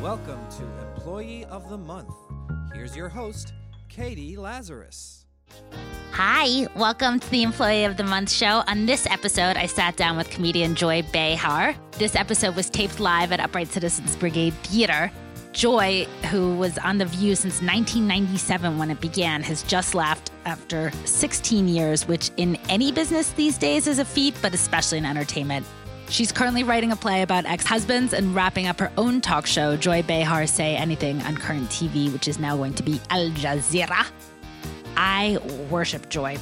Welcome to Employee of the Month. Here's your host, Katie Lazarus. Hi, welcome to the Employee of the Month show. On this episode, I sat down with comedian Joy Behar. This episode was taped live at Upright Citizens Brigade Theater. Joy, who was on The View since 1997 when it began, has just left after 16 years, which in any business these days is a feat, but especially in entertainment. She's currently writing a play about ex husbands and wrapping up her own talk show, Joy Behar Say Anything, on current TV, which is now going to be Al Jazeera. I worship Joy.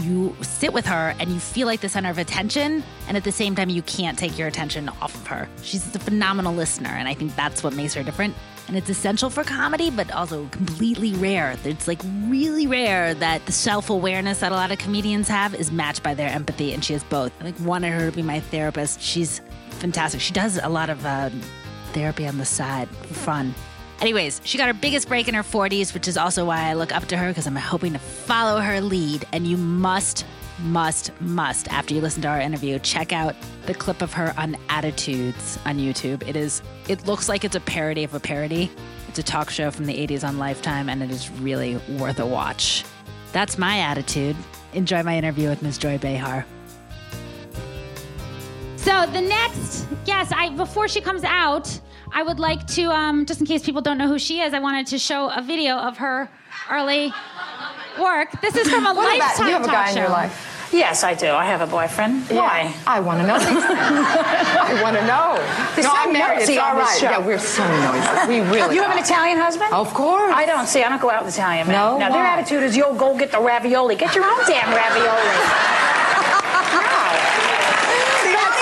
You sit with her and you feel like the center of attention, and at the same time, you can't take your attention off of her. She's a phenomenal listener, and I think that's what makes her different. And it's essential for comedy, but also completely rare. It's like really rare that the self awareness that a lot of comedians have is matched by their empathy, and she has both. I like wanted her to be my therapist. She's fantastic. She does a lot of uh, therapy on the side for fun. Anyways, she got her biggest break in her 40s, which is also why I look up to her because I'm hoping to follow her lead. And you must, must, must, after you listen to our interview, check out the clip of her on Attitudes on YouTube. It is, it looks like it's a parody of a parody. It's a talk show from the 80s on Lifetime, and it is really worth a watch. That's my attitude. Enjoy my interview with Ms. Joy Behar. So the next guest, I before she comes out, I would like to um, just in case people don't know who she is, I wanted to show a video of her early work. This is from a What about- lifetime you have a talk guy show. in your life? Yes, I do. I have a boyfriend. Why? I want to know. these things. I want to know. There's no, so I'm married. noisy it's all on this right. show. Yeah, we're so noisy. We really. You have an are. Italian husband? Of course. I don't see. I don't go out with Italian men. No? Now their Why? attitude is, "Yo, go get the ravioli. Get your own damn ravioli." That's Frank,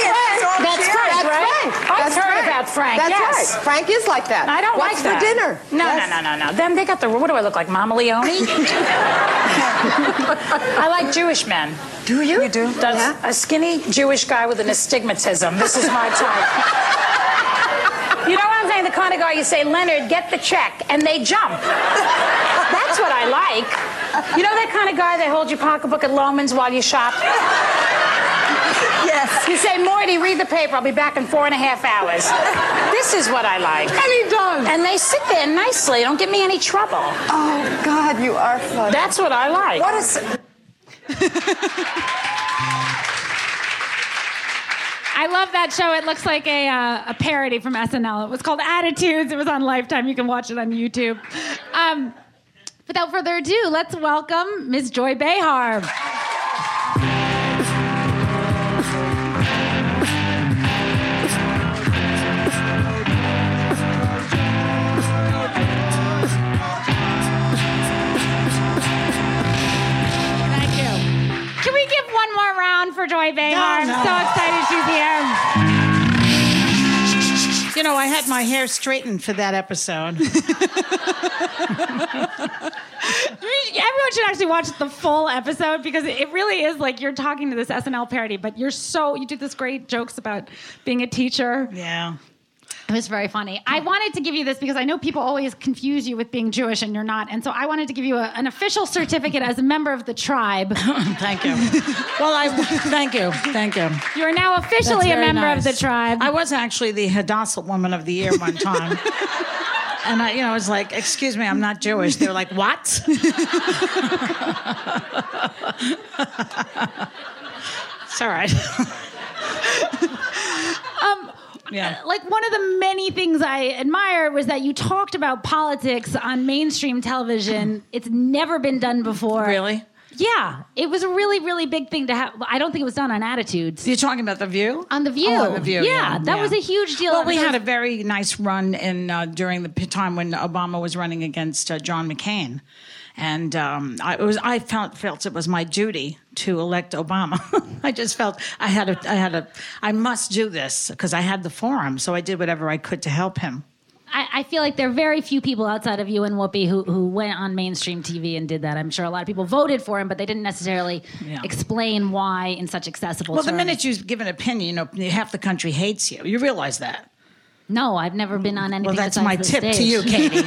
right. right? Frank. I've That's heard Frank. about Frank, That's yes. right. Frank is like that. I don't What's like that. for dinner? No, Yes. no, no, no, no. Them, they got the. What do I look like, Mama Leone? I like Jewish men. Do you? You do? That's a skinny Jewish guy with an astigmatism. This is my type. you know what I'm saying? The kind of guy you say, Leonard, get the check, and they jump. That's what I like. You know that kind of guy that holds your pocketbook at Loman's while you shop? Yes. You say, Morty, read the paper. I'll be back in four and a half hours. This is what I like. And he does. And they sit there nicely. Don't give me any trouble. Oh God, you are funny. That's what I like. what is? I love that show. It looks like a, uh, a parody from SNL. It was called Attitudes. It was on Lifetime. You can watch it on YouTube. Um, without further ado, let's welcome Ms. Joy Behar. Thank you. Can we give one more round for Joy Behar? I'm No, no. so excited she's here. You know, I had my hair straightened for that episode. Everyone should actually watch the full episode because it really is like you're talking to this SNL parody, but you're so you did this great jokes about being a teacher. yeah. It was very funny. I wanted to give you this because I know people always confuse you with being Jewish and you're not, and so I wanted to give you a, an official certificate as a member of the tribe. Thank you. well, I thank you. Thank you. You are now That's officially a very member of nice. the tribe. I was actually the Hadassah woman of the year one time. and I, you know, I was like, excuse me, I'm not Jewish. They were like, what? it's all right. um, Yeah. like one of the many things I admire was that you talked about politics on mainstream television. It's never been done before. Really? Yeah, it was a really, really big thing to have. I don't think it was done on Attitudes. You're talking about The View? On The View. Oh, on The View. Yeah, that was a huge deal. Well, we That had a was- very nice run in uh, during the p- time when Obama was running against uh, John McCain. And um, I it was I felt felt it was my duty to elect Obama. I just felt I had a I had a I must do this because I had the forum, so I did whatever I could to help him. I, I feel like there are very few people outside of you and Whoopi who, who went on mainstream TV and did that. I'm sure a lot of people voted for him, but they didn't necessarily Yeah. explain why in such accessible Well, the terms. minute you give an opinion, you know, half the country hates you. You realize that. no, I've never been on anything. Well, that's besides my the tip to stage. you, Katie.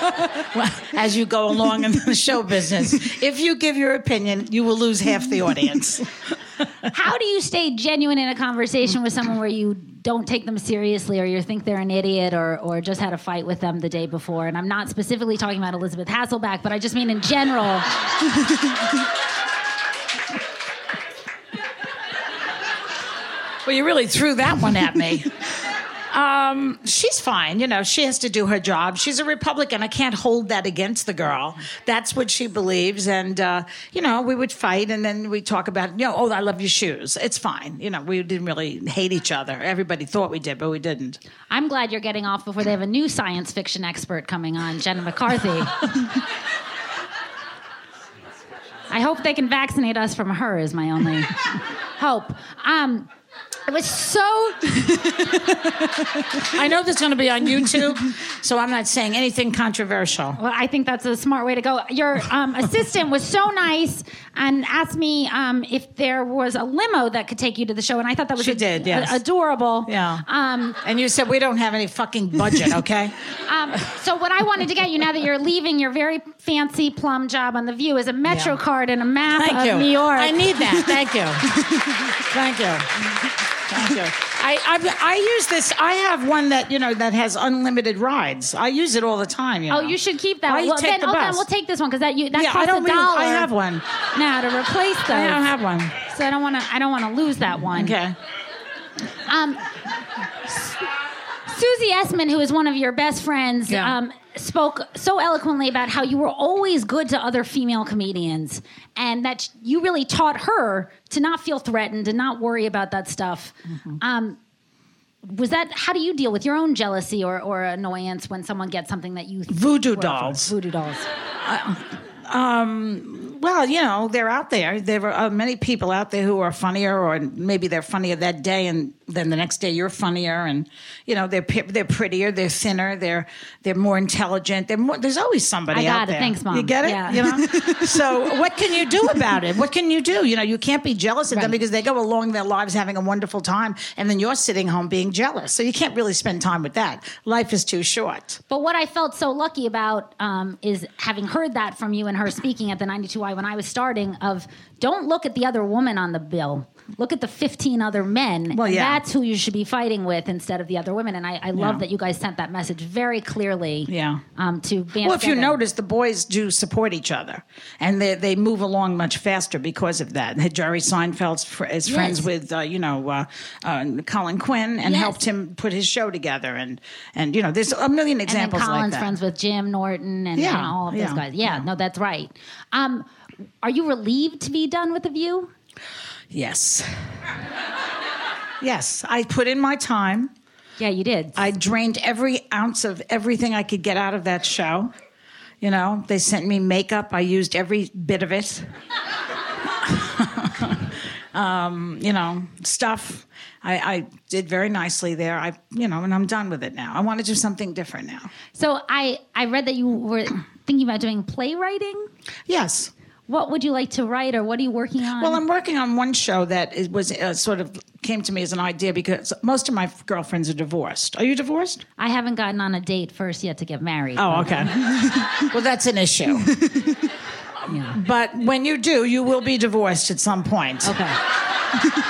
Well, As you go along in the show business, if you give your opinion, you will lose half the audience. How do you stay genuine in a conversation with someone where you don't take them seriously or you think they're an idiot or, or just had a fight with them the day before. And I'm not specifically talking about Elizabeth Hasselback, but I just mean in general. Well, you really threw that one at me. Um, she's fine. You know, she has to do her job. She's a Republican. I can't hold that against the girl. That's what she believes. And, uh, you know, we would fight and then we talk about, you know, oh, I love your shoes. It's fine. You know, we didn't really hate each other. Everybody thought we did, but we didn't. I'm glad you're getting off before they have a new science fiction expert coming on, Jenna McCarthy. I hope they can vaccinate us from her, is my only hope. Um, it was so I know this is going to be on YouTube, so I'm not saying anything controversial. Well, I think that's a smart way to go. Your um, assistant was so nice and asked me um, if there was a limo that could take you to the show, and I thought that was She did, yes. adorable. Yeah. Um, And you said we don't have any fucking budget, okay? um, so what I wanted to get you now that you're leaving your very fancy plum job on the View is a Metro Yeah. card and a map Thank of you. New York. I need that. Thank you. Thank you. Thank you. I, I I use this. I have one that you know that has unlimited rides. I use it all the time. You know. Oh, you should keep that. Why one. you Well, take then, the oh, then bus? we'll take this one because that you that Yeah, I costs don't a really- dollar. I have one. now to replace those. I don't have one. So I don't want to. I don't want to lose that one. Okay. Um, S- Susie Essman, who is one of your best friends, Yeah. um, spoke so eloquently about how you were always good to other female comedians and that sh- you really taught her to not feel threatened and not worry about that stuff. Um, was that how do you deal with your own jealousy or, or annoyance when someone gets something that you think Voodoo you were offered? dolls. Uh, um, Voodoo dolls. Well, you know, they're out there. There are many people out there who are funnier, or maybe they're funnier that day, and then the next day you're funnier. And you know, they're pi- they're prettier, they're thinner, they're they're more intelligent. They're more, there's always somebody I got out it. there. Thanks, Mom. You get it. Yeah. You know. so what can you do about it? What can you do? You know, you can't be jealous of them Right. because they go along their lives having a wonderful time, and then you're sitting home being jealous. So you can't really spend time with that. Life is too short. But what I felt so lucky about um, is having heard that from you and her speaking at the 92i when I was starting of don't look at the other woman on the bill. Look at the 15 other men. Well, And yeah. That's who you should be fighting with instead of the other women. And I, I love Yeah. that you guys sent that message very clearly Yeah. um, to band Well, if you together. notice, the boys do support each other, and they they move along much faster because of that. Jerry Seinfeld fr- is friends Yes. with uh, you know uh, uh, Colin Quinn and Yes. helped him put his show together, and and you know there's a million and then examples Colin's like that. friends with Jim Norton and, Yeah, and all of those yeah, guys. Yeah, yeah. no, that's right. Um, are you relieved to be done with The View? yes, yes, I put in my time. Yeah, you did. I drained every ounce of everything I could get out of that show. You know, they sent me makeup. I used every bit of it. um, you know, stuff. I, I did very nicely there. I, you know, and I'm done with it now. I want to do something different now. so I, I read that you were thinking about doing playwriting. Yes. What would you like to write, or what are you working on? Well, I'm working on one show that it was uh, sort of came to me as an idea because most of my girlfriends are divorced. Are you divorced? I haven't gotten on a date first yet to get married. Oh, okay. well, that's an issue. But when you do, you will be divorced at some point. Okay.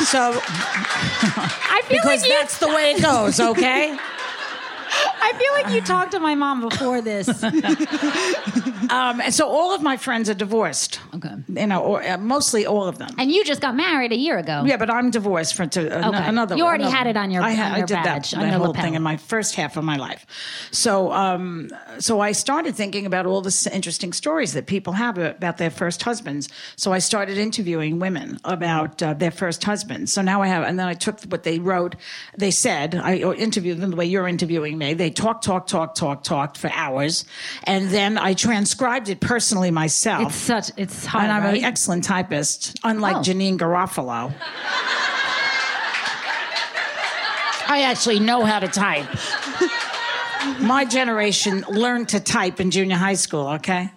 So I feel because like you. that's the way it goes, okay? I feel like you talked to my mom before this. um, and so all of my friends are divorced. Okay. You know, or uh, mostly all of them. and you just got married a year ago. Yeah, but I'm divorced for to, an- Okay. another. You already another- had it on your- I, on had, your I did badge, that, on that your whole lapel. thing in my first half of my life. So, um, so I started thinking about all the s- interesting stories that people have about their first husbands. So I started interviewing women about uh, their first husbands. So now I have, and then I took what they wrote, they said. I or interviewed them the way you're interviewing me. They talked, talked, talked, talked, talked for hours, and then I transcribed it personally myself. It's such. It's hard. and I'm right? an excellent typist, unlike Oh. Janine Garofalo. I actually know how to type. My generation learned to type in junior high school, okay?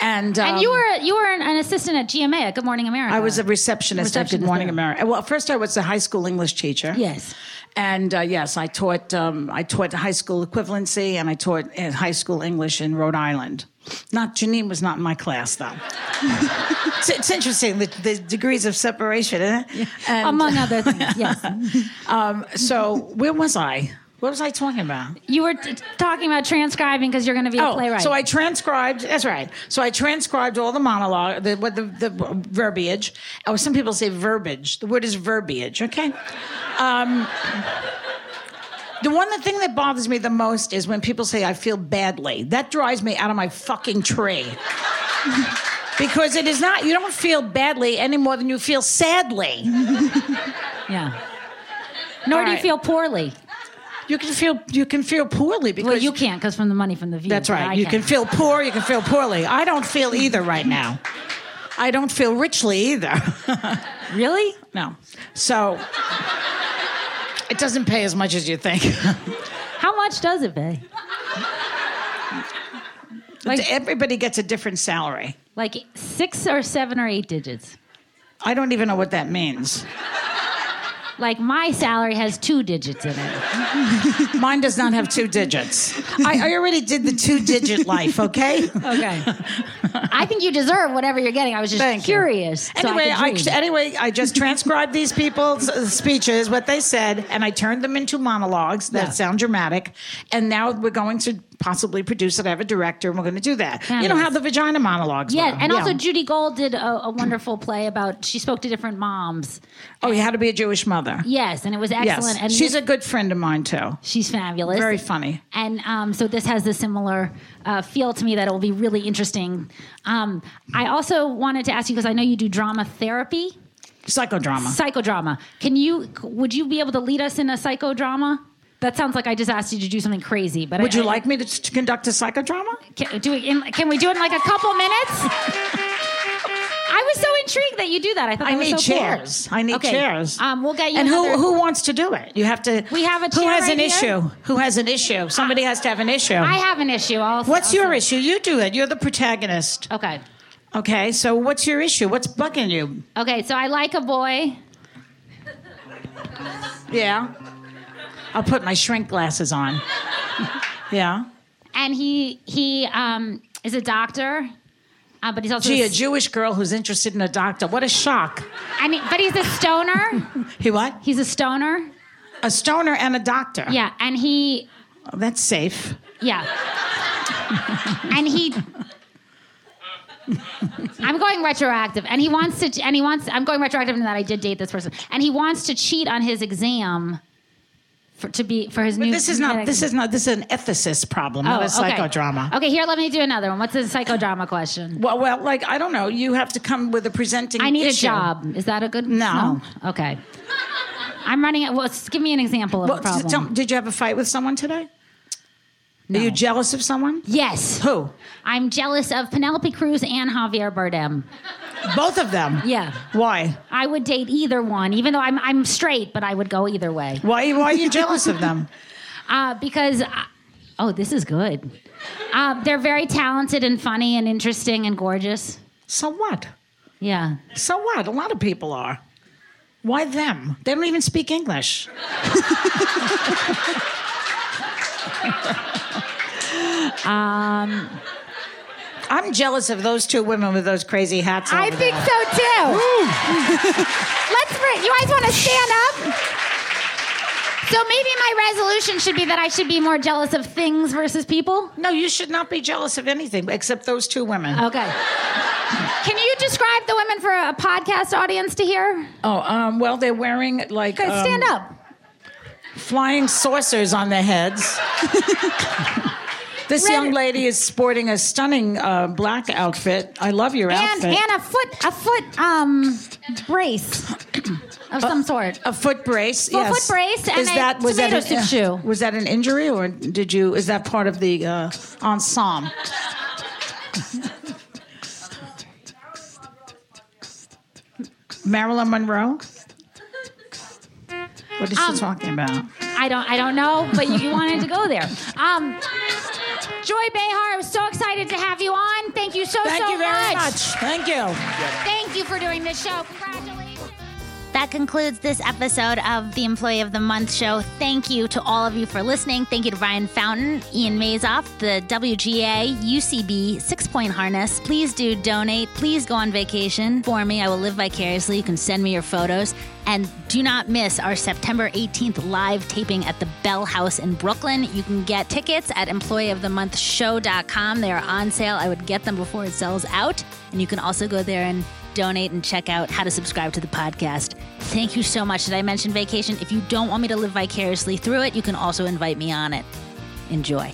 And, um, and you were you were an, an assistant at GMA at Good Morning America. I was a receptionist, at Good Receptionist Morning there. America. Well, first I was a high school English teacher. Yes. And uh, yes, I taught um, I taught high school equivalency and I taught uh, high school English in Rhode Island. Not Janine was not in my class though. it's, it's interesting the, the degrees of separation, isn't it? And, Among other things, yes. um, so where was I? What was I talking about? You were t- talking about transcribing because you're going to be a playwright. Oh, So I transcribed. That's right. So I transcribed all the monologue, the what the, the verbiage. Oh, some people say verbiage. The word is verbiage. Okay. Um, the one the thing that bothers me the most is when people say I feel badly. That drives me out of my fucking tree. because it is not. You don't feel badly any more than you feel sadly. yeah. Nor All do you right. feel poorly. You can feel you can feel poorly because Well, you can't because from the money from the view. That's but right. I you can feel poor, you can feel poorly. I don't feel either right now. I don't feel richly either. really. no. So it doesn't pay as much as you think. How much does it pay? Like- Everybody gets a different salary. Like six or seven or eight digits. I don't even know what that means. Like my salary has two digits in it. Mine does not have two digits. I, I already did the two digit life, okay? Okay. I think you deserve whatever you're getting. I was just Thank you. curious. so Anyway, could I, dream. anyway, I just transcribed these people's uh, speeches, what they said, and I turned them into monologues that Yeah. sound dramatic. And now we're going to possibly produce it. I have a director, and we're going to do that. You know Fabulous. how the vagina monologues. yeah, were. and also Judy Gold did a, a wonderful play about. She spoke to different moms. oh, you had to be a Jewish mother. Yes, and it was excellent. Yes, And she's this- a good friend of mine too. She's fabulous. Very funny. And um, so this has a similar uh, feel to me that it will be really interesting. Um, I also wanted to ask you because I know you do drama therapy, Psychodrama. psychodrama. Can you? Would you be able to lead us in a psychodrama? That sounds like I just asked you to do something crazy. But Would I, you I- like me to, to conduct a psychodrama? Can, do we, in, can we do it in like a couple minutes? I was so intrigued that you do that. I thought I that was need so cool. chairs. I need Okay, chairs. Um, we'll get you. And who another- who wants to do it? You have to. We have a Who chair has an right here. issue? Who has an issue? Somebody has to have an issue. I have an issue. I'll, What's I'll your issue? You do it. You're the protagonist. Okay. Okay, so what's your issue? What's bugging you? Okay. So I like a boy. Yeah. I'll put my shrink glasses on. yeah. and he he um, is a doctor, uh, but he's also Gee, a a Jewish girl who's interested in a doctor. What a shock. and he, but he's a stoner. He what? he's a stoner. A stoner and a doctor. Yeah, and he Oh, that's safe. yeah, and he. I'm going retroactive, and he wants to. And he wants. I'm going retroactive in that I did date this person, and he wants to cheat on his exam. For, to be for his But new. Oh, this is not this is not this is an ethicist problem, not a psychodrama. Okay. here, let me do another one. What's a psychodrama question? Well, well, like I don't know. You have to come with a presenting. I need issue. a job. Is that a good? No. Okay. I'm running out. Well, s- give me an example of Well, a t- problem. tell- did you have a fight with someone today? Are you jealous of someone? yes, Who? I'm jealous of Penelope Cruz and Javier Bardem. Both of them. Yeah, Why? I would date either one, even though I'm I'm straight, but I would go either way Why? Why are you jealous of them? uh, because. I- oh, this is good. Uh, they're very talented and funny and interesting and gorgeous. So what? Yeah. So what? A lot of people are. Why them? They don't even speak English. Um, I'm jealous of those two women with those crazy hats. I over think there. so too. Let's. Bring, you guys want to stand up? So maybe my resolution should be that I should be more jealous of things versus people. No, you should not be jealous of anything except those two women. Okay. Can you describe the women for a podcast audience to hear? oh, um, well, they're wearing like Okay, um, stand up. flying saucers on their heads. this Red- young lady is sporting a stunning uh, black outfit. I love your And outfit. and a foot a foot um brace of some sort. a foot brace. Well, yes. foot brace and a that tomato an, soup shoe. Was that an injury, or did you? Is that part of the uh, ensemble? Marilyn Monroe. What is Um, she talking about? I don't I don't know, but you, you wanted to go there. Um Joy Behar, I was so excited to have you on. Thank you so so Thank you very much. Thank you. Thank you for doing this show. Congratulations. That concludes this episode of the Employee of the Month show. Thank you to all of you for listening. Thank you to Ryan Fountain, Ian Mazoff, the WGA, UCB, Six Point Harness. Please do donate. Please go on vacation for me. I will live vicariously. You can send me your photos. And do not miss our September 18th live taping at the Bell House in Brooklyn. You can get tickets at employeeofthemonthshow.com. They are on sale. I would get them before it sells out. And you can also go there and donate and check out how to subscribe to the podcast. Thank you so much. Did I mention vacation? If you don't want me to live vicariously through it, you can also invite me on it. Enjoy.